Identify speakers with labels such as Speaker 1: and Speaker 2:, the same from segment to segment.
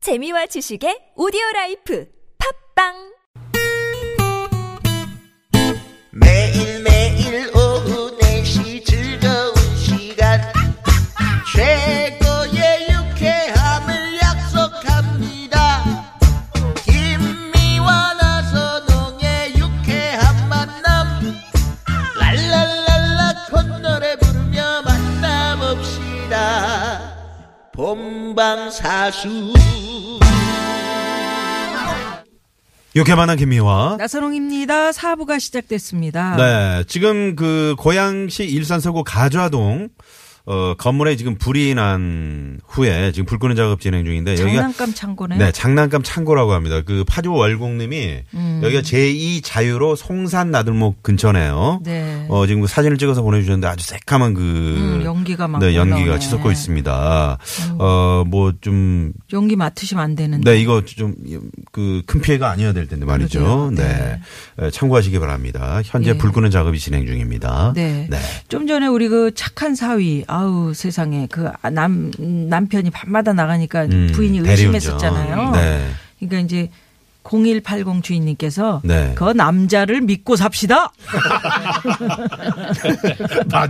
Speaker 1: 재미와 지식의 오디오 라이프 팝빵
Speaker 2: 매일매일 오후 4시 즐거운 시간 최고의 유쾌함을 약속합니다 김미와 나선홍의 유쾌한 만남 랄랄랄라 콧노래 부르며 만남없시다 본방사수
Speaker 3: 유쾌만한 김미화.
Speaker 4: 네. 나선홍입니다. 사부가 시작됐습니다.
Speaker 3: 네, 지금 그 고양시 일산 서구 가좌동 어 건물에 지금 불이 난 후에 지금 불 끄는 작업 진행 중인데
Speaker 4: 장난감 창고네.
Speaker 3: 네, 장난감 창고라고 합니다. 그 파주 월곡님이
Speaker 4: 음.
Speaker 3: 여기가 제2 자유로 송산 나들목 근처네요.
Speaker 4: 네.
Speaker 3: 어 지금 그 사진을 찍어서 보내주셨는데 아주 새까만 그
Speaker 4: 음, 연기가 막
Speaker 3: 네, 연기가
Speaker 4: 올라오네. 음.
Speaker 3: 치솟고 있습니다. 어, 어뭐좀
Speaker 4: 용기 맡으시면 안 되는데.
Speaker 3: 네, 이거 좀 그 큰 피해가 아니어야 될 텐데 말이죠.
Speaker 4: 그러게요.
Speaker 3: 네. 에, 참고하시기 바랍니다. 현재
Speaker 4: 예.
Speaker 3: 불 끄는 작업이 진행 중입니다.
Speaker 4: 네. 좀 전에 우리 그 착한 사위, 아우 세상에 그 남 남편이 밤마다 나가니까
Speaker 3: 음,
Speaker 4: 부인이
Speaker 3: 대리운전.
Speaker 4: 의심했었잖아요.
Speaker 3: 네.
Speaker 4: 그러니까 이제 0180 주인님께서
Speaker 3: 네.
Speaker 4: 그 남자를 믿고 삽시다. 아,
Speaker 3: 맞아.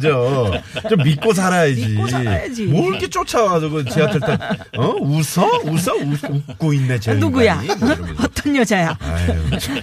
Speaker 3: 좀 믿고 살아야지.
Speaker 4: 믿고 살아야지.
Speaker 3: 뭘 이렇게 쫓아와서 그 지하철 타, 어? 웃어? 웃어? 웃- 웃고 있네, 쟤.
Speaker 4: 누구야?
Speaker 3: 인간이. 뭐 이러면서.
Speaker 4: 어떤 여자야?
Speaker 3: 아유, 참.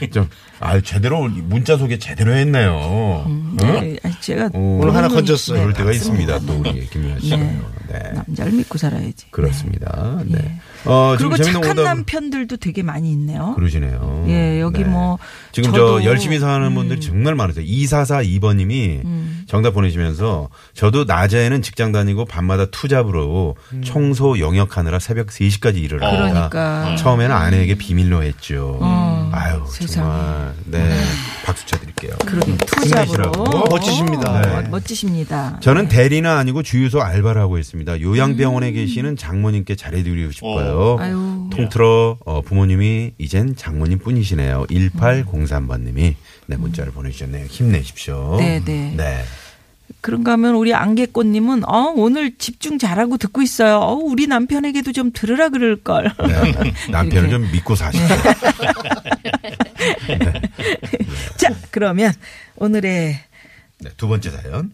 Speaker 3: 네. 좀, 아유, 제대로, 문자 소개 제대로 했네요.
Speaker 4: 네. 아니, 제가
Speaker 3: 어? 오늘 하나
Speaker 4: 모르는-
Speaker 3: 건졌어요.
Speaker 4: 네,
Speaker 3: 그럴 때가
Speaker 4: 맞습니다.
Speaker 3: 있습니다. 또 우리 김민아 씨는. 네.
Speaker 4: 남자를 믿고 살아야지.
Speaker 3: 그렇습니다. 네. 어, 지금
Speaker 4: 그리고
Speaker 3: 재밌는
Speaker 4: 착한
Speaker 3: 오답-
Speaker 4: 남편들도 되게 많이 있네요.
Speaker 3: 음, 그러시네요.
Speaker 4: 예, 여기 뭐
Speaker 3: 지금
Speaker 4: 저도- 음.
Speaker 3: 저 열심히 사는 분들이 정말 많으세요. 2442번님이 정답 보내시면서 저도 낮에는 직장 다니고 밤마다 투잡으로 청소 영역하느라 새벽 3시까지 일을 합니다.
Speaker 4: 음. 그러니까. 어,
Speaker 3: 처음에는 어, 아내에게 비밀로 했죠. 아유,
Speaker 4: 세상에.
Speaker 3: 정말. 네. 박수 쳐드릴게요.
Speaker 4: 그러게 투잡으로
Speaker 3: 힘내시라고.
Speaker 4: 어, 멋지십니다.
Speaker 3: 음. 네.
Speaker 4: 멋지십니다.
Speaker 3: 저는 대리는 아니고 주유소 알바를 하고 있습니다. 요양병원에 계시는 장모님께 잘해드리고 음. 싶어요.
Speaker 4: 아유.
Speaker 3: 통틀어 어, 부모님이 이젠 장모님 뿐이시네요. 1803번님이 네, 문자를 보내주셨네요. 힘내십시오.
Speaker 4: 네, 네. 그런가 하면 우리 안개꽃님은 어 오늘 집중 잘하고 듣고 있어요. 어 우리 남편에게도 좀 들으라 그럴 걸.
Speaker 3: 네, 네. 남편을
Speaker 4: 이렇게.
Speaker 3: 좀 믿고 사시죠.
Speaker 4: 네. 자 그러면 오늘의
Speaker 3: 네, 두 번째 사연.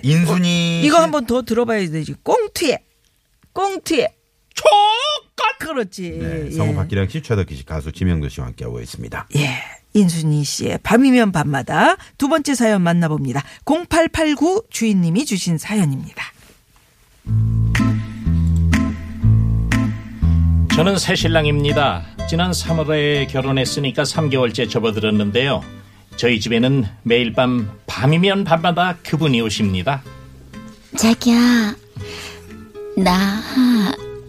Speaker 3: 네, 인순이.
Speaker 4: 이거
Speaker 3: 씨-
Speaker 4: 한번 더 들어봐야 되지. 꽁트에 꽁트에 촉각 그렇지.
Speaker 3: 네,
Speaker 4: 예.
Speaker 3: 성우 박기량 씨, 최덕기 씨, 가수 지명도 씨와 함께하고 있습니다.
Speaker 4: 예. 인순이 씨의 밤이면 밤마다 두 번째 사연 만나봅니다. 0889 주인님이 주신 사연입니다.
Speaker 5: 저는 새 신랑입니다. 지난 3월에 결혼했으니까 3개월째 접어들었는데요. 저희 집에는 매일 밤 밤이면 밤마다 그분이 오십니다.
Speaker 6: 자기야, 나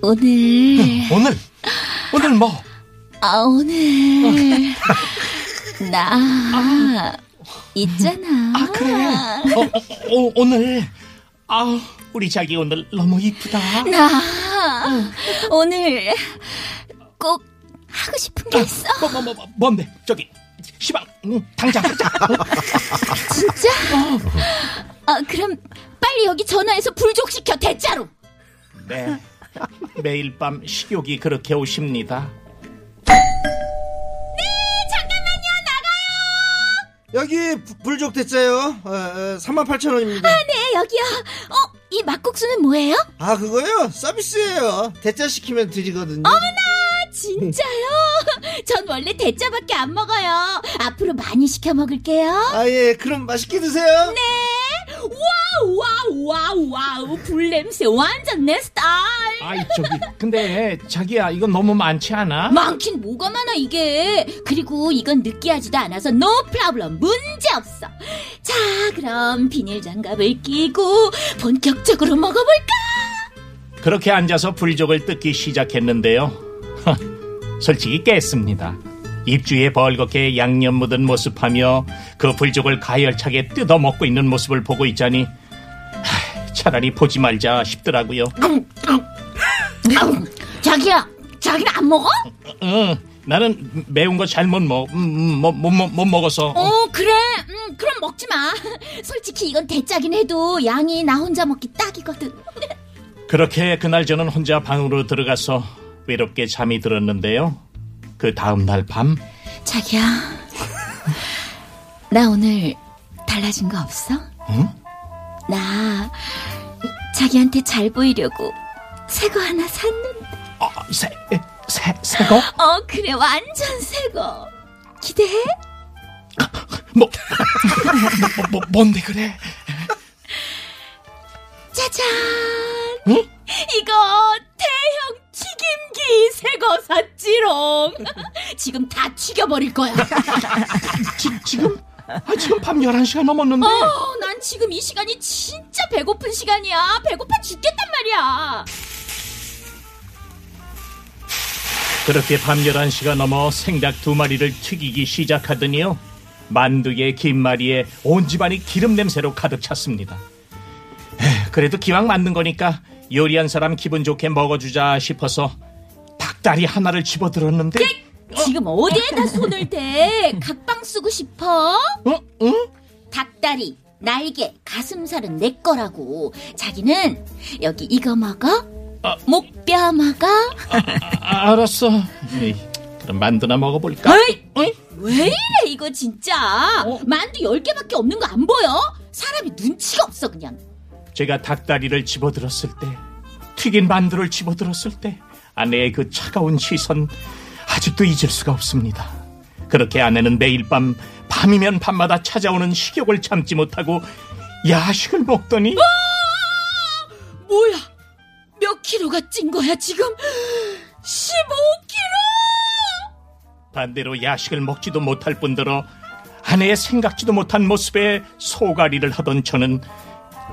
Speaker 6: 오늘
Speaker 5: 오늘 오늘 뭐?
Speaker 6: 아 오늘 나 아. 있잖아.
Speaker 5: 아 그래. 어, 어, 어, 오늘 아 우리 자기 오늘 너무 이쁘다.
Speaker 6: 나 오늘 꼭 하고 싶은 게 있어.
Speaker 5: 뭐, 뭐, 뭐, 뭐, 뭔데? 저기 시방 응, 당장 하자.
Speaker 6: 진짜? 어. 아 그럼 빨리 여기 전화해서 불족시켜 대짜로.
Speaker 5: 네. 매일 밤 식욕이 그렇게 오십니다.
Speaker 7: 여기 부- 불족 대짜요. 어, 38,000원입니다.
Speaker 6: 네 여기요. 어 이 막국수는 뭐예요?
Speaker 7: 아, 그거요? 서비스예요. 대짜 시키면 드리거든요.
Speaker 6: 진짜요? 전 원래 대짜밖에 안 먹어요. 앞으로 많이 시켜 먹을게요.
Speaker 7: 아, 예. 그럼 맛있게 드세요.
Speaker 4: 네.
Speaker 6: 와우 와우 와우 와우 불냄새 완전 내 스타일
Speaker 5: 아이 저기 근데 자기야 이거 너무 많지 않아?
Speaker 6: 많긴 뭐가 많아 이게 그리고 이건 느끼하지도 않아서 no problem 문제없어 자 그럼 비닐장갑을 끼고 본격적으로 먹어볼까
Speaker 5: 그렇게 앉아서 불족을 뜯기 시작했는데요. 솔직히 깼습니다. 입주에 벌겋게 양념 묻은 모습하며 그 불족을 가열차게 뜯어 먹고 있는 모습을 보고 있자니 하, 차라리 보지 말자 싶더라고요.
Speaker 6: 아우, 자기야 자기는 안 먹어?
Speaker 5: 응, 나는 매운 거 잘 못 먹, 음, 못, 못, 못, 못 먹어서.
Speaker 6: 어 그래 음, 그럼 먹지마 솔직히 이건 대짜긴 해도 양이 나 혼자 먹기 딱이거든
Speaker 5: 그렇게 그날 저는 혼자 방으로 들어가서 외롭게 잠이 들었는데요. 그 다음날 밤
Speaker 6: 자기야, 나 오늘 달라진 거 없어?
Speaker 5: 응?
Speaker 6: 나 자기한테 잘 보이려고 새 거 하나 샀는데.
Speaker 5: 어, 새, 새, 새거?
Speaker 6: 어, 그래, 완전 새 거. 기대해?
Speaker 5: 뭐, 뭐, 뭐, 뭔데 그래?
Speaker 6: 짜잔!
Speaker 5: 응?
Speaker 6: 이거 대형 튀김기 새 거 샀지롱. 지금 다 튀겨버릴 거야.
Speaker 5: 지, 지금? 아, 지금 밤 11시가 넘었는데.
Speaker 6: 어, 난 지금 이 시간이 진짜 배고픈 시간이야. 배고파 죽겠단 말이야.
Speaker 5: 그렇게 밤 11시가 넘어 생닭 두 마리를 튀기기 시작하더니요. 만두에 긴 마리에 온 집안이 기름 냄새로 가득 찼습니다. 에, 그래도 기왕 만든 거니까 요리한 사람 기분 좋게 먹어주자 싶어서 닭다리 하나를 집어들었는데
Speaker 6: 지금 어디에다 손을 대? 각방 쓰고 싶어?
Speaker 5: 응? 응?
Speaker 6: 닭다리, 날개, 가슴살은 내 거라고. 자기는 여기 이거 먹어? 목뼈 먹어?
Speaker 5: 아, 알았어. 에이, 그럼 만두나 먹어볼까?
Speaker 6: 어이! 어?
Speaker 5: 어이?
Speaker 6: 왜 이래 이거 진짜 만두 10개밖에 없는 거 안 보여? 사람이 눈치가 없어 그냥
Speaker 5: 제가 닭다리를 집어들었을 때, 튀긴 만두를 집어들었을 때, 아내의 그 차가운 시선, 아직도 잊을 수가 없습니다. 그렇게 아내는 매일 밤, 밤이면 밤마다 찾아오는 식욕을 참지 못하고, 야식을 먹더니,
Speaker 6: 뭐야 몇 킬로가 찐 거야 지금 15킬로
Speaker 5: 반대로 야식을 먹지도 못할 뿐더러 아내의 생각지도 못한 모습에 소가리를 하던 저는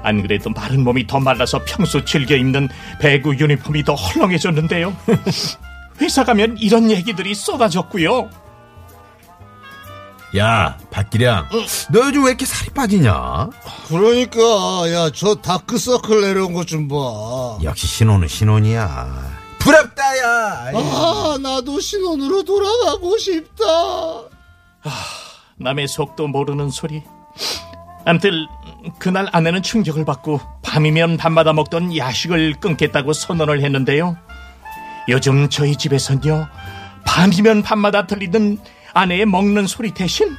Speaker 5: 안 그래도 마른 몸이 더 말라서 평소 즐겨 입는 배구 유니폼이 더 헐렁해졌는데요. 회사 가면 이런 얘기들이 쏟아졌고요.
Speaker 3: 야, 박기량. 너 요즘 왜 이렇게 살이 빠지냐?
Speaker 7: 그러니까 야 저 다크서클 내려온 것 좀 봐.
Speaker 3: 역시 신혼은 신혼이야. 부럽다, 야.
Speaker 7: 아 나도 신혼으로 돌아가고 싶다.
Speaker 5: 남의 속도 모르는 소리. 암튼 그날 아내는 충격을 받고 밤이면 밤마다 먹던 야식을 끊겠다고 선언을 했는데요. 요즘 저희 집에선요. 밤이면 밤마다 들리는 아내의 먹는 소리 대신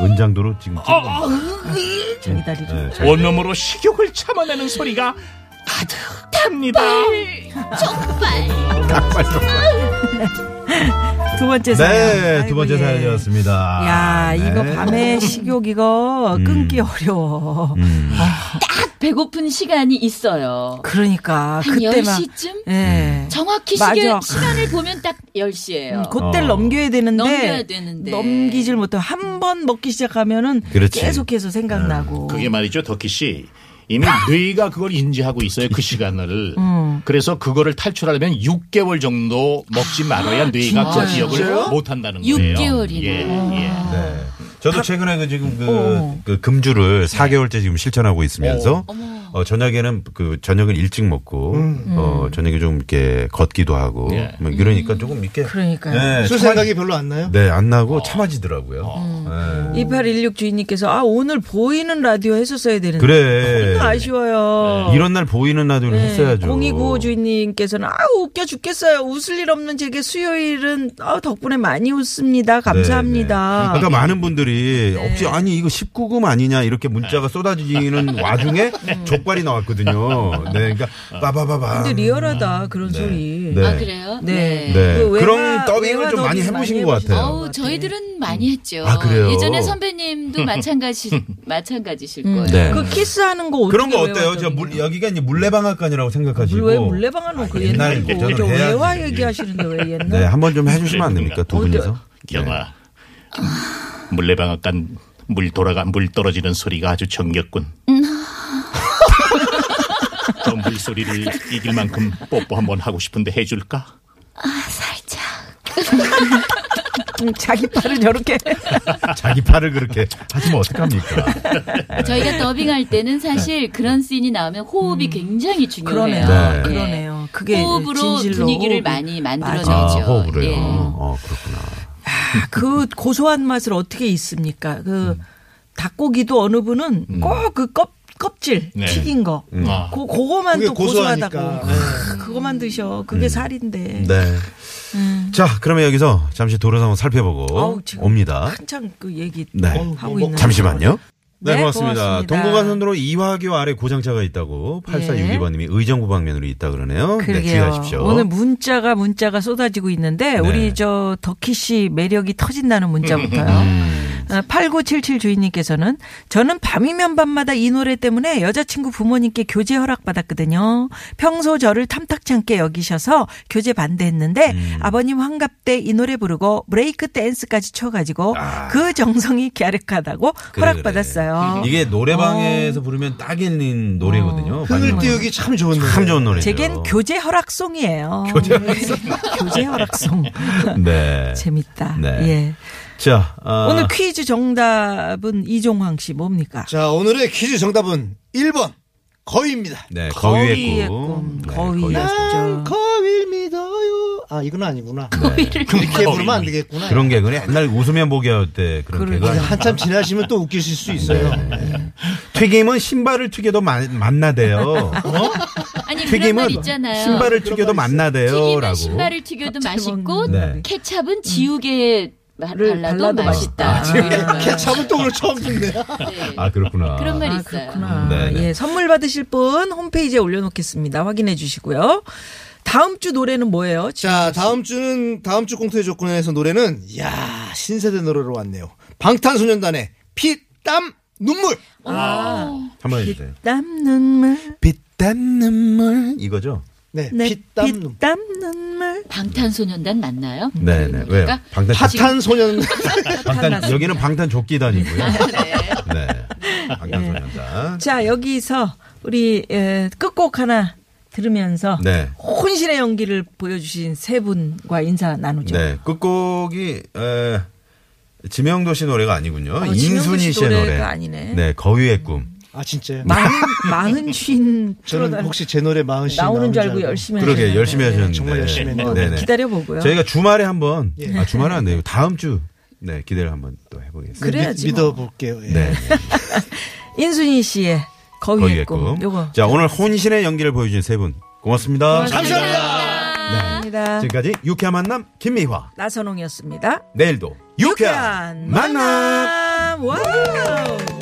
Speaker 3: 은장도로 지금 찍어.
Speaker 4: 자기 다리를.
Speaker 3: 네, 잘
Speaker 5: 원룸으로 식욕을 참아내는 소리가 가득합니다.
Speaker 4: 두 번째 사연.
Speaker 3: 네,
Speaker 4: 아이고,
Speaker 3: 두 번째
Speaker 4: 예.
Speaker 3: 사연이었습니다.
Speaker 4: 야,
Speaker 3: 네.
Speaker 4: 이거 밤에 식욕 이거 끊기 어려워.
Speaker 3: 음.
Speaker 6: 딱 아, 배고픈 시간이 있어요
Speaker 4: 그러니까
Speaker 6: 한
Speaker 4: 그때만
Speaker 6: 10시쯤?
Speaker 3: 음.
Speaker 4: 예.
Speaker 6: 정확히
Speaker 4: 맞아. 음,
Speaker 6: 시계, 시간을 보면 딱 10시예요
Speaker 4: 그때를
Speaker 3: 어.
Speaker 4: 넘겨야 되는데
Speaker 6: 넘겨야 되는데.
Speaker 4: 넘기질 못하고 한 번 먹기 시작하면은
Speaker 3: 그렇지. 음.
Speaker 4: 계속해서 생각나고
Speaker 6: 음.
Speaker 5: 그게 말이죠, 덕희 씨. 이미 뇌가 그걸 인지하고 있어요, 그 시간을.
Speaker 6: 음.
Speaker 5: 그래서 그거를 탈출하려면 6개월 정도 먹지 말아야 뇌가 그 기억을 못 한다는 거예요.
Speaker 6: 6개월이나. 아.
Speaker 5: 예, 예.
Speaker 3: 네. 저도 최근에 그 지금 그, 그 금주를 4개월째 지금 실천하고 있으면서 어, 저녁에는 그 저녁을 일찍 먹고 어, 저녁에 좀 이렇게 걷기도 하고
Speaker 5: 예.
Speaker 3: 뭐 이러니까 조금 이렇게
Speaker 4: 그러니까요.
Speaker 3: 네,
Speaker 7: 술 생각이 별로 안 나요?
Speaker 3: 네, 안 나고 참아지더라고요. 네.
Speaker 4: 2816 주인님께서 아 오늘 보이는 라디오 했었어야 되는데
Speaker 3: 그래. 예.
Speaker 4: 너무 아쉬워요.
Speaker 3: 이런 날 보이는 라디오를
Speaker 4: 네.
Speaker 3: 했어야죠.
Speaker 4: 0295 주인님께서는 아 웃겨 죽겠어요. 웃을 일 없는 제게 수요일은 아, 덕분에
Speaker 3: 네,
Speaker 4: 많이 웃습니다. 감사합니다.
Speaker 3: 그러니까 많은 분들이
Speaker 4: 네.
Speaker 3: 혹시 아니 이거 19금 아니냐 이렇게 문자가 쏟아지는 와중에 족발이 나왔거든요. 네, 그러니까 빠바바바.
Speaker 4: 근데 리얼하다 그런
Speaker 3: 네.
Speaker 4: 소리.
Speaker 3: 네.
Speaker 6: 아 그래요?
Speaker 4: 네.
Speaker 3: 네.
Speaker 4: 그 외화-
Speaker 3: 그런 더빙을 좀
Speaker 4: 외화
Speaker 3: 많이 해보신
Speaker 4: 더빙 많이
Speaker 3: 것
Speaker 4: 해보시는
Speaker 3: 같아요.
Speaker 4: 것
Speaker 6: 어우,
Speaker 4: 음.
Speaker 6: 저희들은 많이 했죠.
Speaker 3: 아, 그래요?
Speaker 6: 예전에 선배님도 마찬가지, 마찬가지실 거예요.
Speaker 3: 네.
Speaker 4: 그 키스하는 거 어떻게
Speaker 3: 그런 거 어때요?
Speaker 4: 외화
Speaker 3: 저 물,
Speaker 4: 더빙이에요?
Speaker 3: 여기가 이제 물레방앗간이라고 생각하시고.
Speaker 4: 왜 물레방아는 그
Speaker 3: 옛날
Speaker 4: 옛날이고
Speaker 3: 예전으로
Speaker 4: 저
Speaker 3: 해야지.
Speaker 4: 외화 얘기하시는데 왜 옛날?
Speaker 3: 네, 한번 좀 해주시면 안 됩니까? 두 분이서.
Speaker 5: 경아, 물레방앗간 물 돌아가 물 떨어지는 소리가 아주 정겹군. 저 물소리를 이길 만큼 뽀뽀 한번 하고 싶은데 해줄까?
Speaker 6: 살짝.
Speaker 4: 음, 자기 팔을 저렇게
Speaker 3: 자기 팔을 그렇게 하시면 어떡합니까?
Speaker 6: 저희가 더빙할 때는 사실 그런 씬이 나오면 호흡이 굉장히
Speaker 4: 음.
Speaker 6: 중요해요.
Speaker 4: 그러네요.
Speaker 3: 네.
Speaker 6: 예.
Speaker 4: 그러네요. 그게
Speaker 6: 호흡으로
Speaker 4: 진실로
Speaker 6: 분위기를
Speaker 4: 호흡이-
Speaker 6: 많이 만들어내죠.
Speaker 3: 아,
Speaker 6: 그렇죠.
Speaker 3: 호흡으로요.
Speaker 6: 예.
Speaker 3: 어, 그렇구나. 음.
Speaker 4: 아, 그 고소한 맛을 어떻게 잊습니까? 그 닭고기도 어느 분은 꼭 그 껍질
Speaker 5: 네.
Speaker 4: 튀긴 거.
Speaker 3: 음.
Speaker 5: 아.
Speaker 4: 고, 그거만
Speaker 7: 그게
Speaker 4: 또 고소하다고.
Speaker 7: 고소하니까.
Speaker 4: 아, 그거만 드셔. 그게 살인데.
Speaker 3: 음. 네. 자, 그러면 여기서 잠시 도로 상황 살펴보고
Speaker 4: 아우, 음. 지금
Speaker 3: 옵니다.
Speaker 4: 한참 그 얘기
Speaker 3: 네.
Speaker 4: 하고 있는.
Speaker 3: 잠시만요. 네,
Speaker 4: 네,
Speaker 3: 고맙습니다.
Speaker 4: 고맙습니다.
Speaker 3: 동부간선도로 이화교 아래 고장차가 있다고 8462번님이 의정부 방면으로 있다 그러네요. 네,
Speaker 4: 그러게요.
Speaker 3: 주의하십시오. 네.
Speaker 4: 오늘 문자가 문자가 쏟아지고 있는데 우리 저 더키 씨 매력이 터진다는 문자부터요.
Speaker 3: 음.
Speaker 4: 8977 주인님께서는 저는 밤이면 밤마다 이 노래 때문에 여자친구 부모님께 교제 허락받았거든요. 평소 저를 탐탁치 않게 여기셔서 교제 반대했는데
Speaker 3: 음.
Speaker 4: 아버님 환갑 때 이 노래 부르고 브레이크 댄스까지 춰가지고 그 정성이 갸륵하다고
Speaker 3: 아. 그래,
Speaker 4: 허락받았어요.
Speaker 3: 이게 노래방에서 부르면 딱일린 노래거든요.
Speaker 7: 흥을
Speaker 3: 방금.
Speaker 7: 띄우기 참 좋은 노래.
Speaker 3: 참 좋은 노래죠.
Speaker 4: 제겐 교제 허락송이에요. 교제 허락송. 교제 허락송.
Speaker 3: 네.
Speaker 4: 재밌다.
Speaker 3: 네.
Speaker 4: 예.
Speaker 3: 자, 아,
Speaker 4: 오늘 그- 퀴즈 정답은 이종황 씨 뭡니까?
Speaker 7: 자, 오늘의 퀴즈 정답은 1번. 거위입니다.
Speaker 3: 네, 거위의
Speaker 4: 거위의
Speaker 3: 꿈.
Speaker 4: 꿈.
Speaker 3: 네,
Speaker 4: 거위.
Speaker 3: 거위의 꿈.
Speaker 4: 아, 진짜.
Speaker 7: 거위를 믿어요. 아, 이건 아니구나. 그렇게 부르면 안 되겠구나.
Speaker 3: 그런 개그는 옛날 웃으면 보기할 때 그런
Speaker 4: 그러게.
Speaker 3: 개그. 아니에요?
Speaker 7: 한참 지나시면 또 웃기실 수 있어요.
Speaker 3: 튀김은 신발을 튀겨도 마- 만나대요.
Speaker 6: 아니 어? 그런
Speaker 3: 튀김은
Speaker 6: 말 있잖아요.
Speaker 3: 신발을 튀겨도
Speaker 6: 튀김은
Speaker 3: 만나대요라고.
Speaker 6: 신발을 튀겨도 맛있고
Speaker 3: 네.
Speaker 6: 케찹은 지우개에 마- 발라도,
Speaker 4: 음. 발라도
Speaker 6: 맛있다. 뭐 네.
Speaker 7: 걔 잡을 또 오늘 처음 듣네.
Speaker 3: 아 그렇구나.
Speaker 6: 그런 말
Speaker 4: 아,
Speaker 6: 있어요.
Speaker 4: 그렇구나.
Speaker 3: 네, 네.
Speaker 4: 예, 선물 받으실 분 홈페이지에 올려놓겠습니다. 확인해 주시고요. 다음 주 노래는 뭐예요?
Speaker 7: 자, 다음 주는 다음 주 공투의 조건에서 노래는 이야 신세대 노래로 왔네요. 방탄소년단의 피 땀 눈물.
Speaker 3: 한번 해주세요.
Speaker 4: 땀 눈물,
Speaker 3: 빛땀 눈물 이거죠?
Speaker 7: 네,
Speaker 4: 내
Speaker 7: 피 땀 눈물.
Speaker 4: 피땀 눈물.
Speaker 6: 방탄소년단 맞나요?
Speaker 3: 네네. 왜요?
Speaker 6: 그러니까
Speaker 3: 방탄
Speaker 7: 파탄소년
Speaker 3: 방탄 아, 여기는 방탄 조끼단이고요.
Speaker 6: 네.
Speaker 3: 네. 방탄소년단.
Speaker 4: 자 여기서 우리 에, 끝곡 하나 들으면서
Speaker 3: 네.
Speaker 4: 혼신의 연기를 보여주신 세 분과 인사 나누죠.
Speaker 3: 네. 끝곡이 에, 지명도 씨 노래가 아니군요.
Speaker 4: 어,
Speaker 3: 인순이
Speaker 4: 지명도 씨
Speaker 3: 씨의
Speaker 4: 노래가
Speaker 3: 노래.
Speaker 4: 아니네.
Speaker 3: 네. 거위의 꿈.
Speaker 7: 아 진짜요?
Speaker 4: 마흔 마흔 쉰
Speaker 7: 저는
Speaker 4: 프로다-
Speaker 7: 혹시 제 노래 마흔 씨
Speaker 4: 나오는 줄 알고 열심히
Speaker 3: 그러게
Speaker 4: 하셨는데.
Speaker 3: 열심히 하셨는데.
Speaker 7: 정말 열심히 했네요.
Speaker 3: 네네.
Speaker 4: 기다려 보고요.
Speaker 3: 저희가 주말에 한번 아 주말은 안 돼요. 다음 주 네, 기대를 한번 또 해보겠습니다.
Speaker 4: 그래야지. 뭐.
Speaker 7: 네, 믿어볼게요. 예.
Speaker 3: 네.
Speaker 4: 인순이 씨의
Speaker 3: 거위의
Speaker 4: 거위의 꿈.
Speaker 3: 꿈.
Speaker 4: 요거.
Speaker 3: 자, 오늘 혼신의 연기를 보여준 세 분. 고맙습니다.
Speaker 4: 감사합니다.
Speaker 3: 지금까지 유쾌한 만남 김미화.
Speaker 4: 나선홍이었습니다.
Speaker 3: 내일도 유쾌한
Speaker 4: 유쾌한
Speaker 3: 만남.
Speaker 4: 만남. 와우.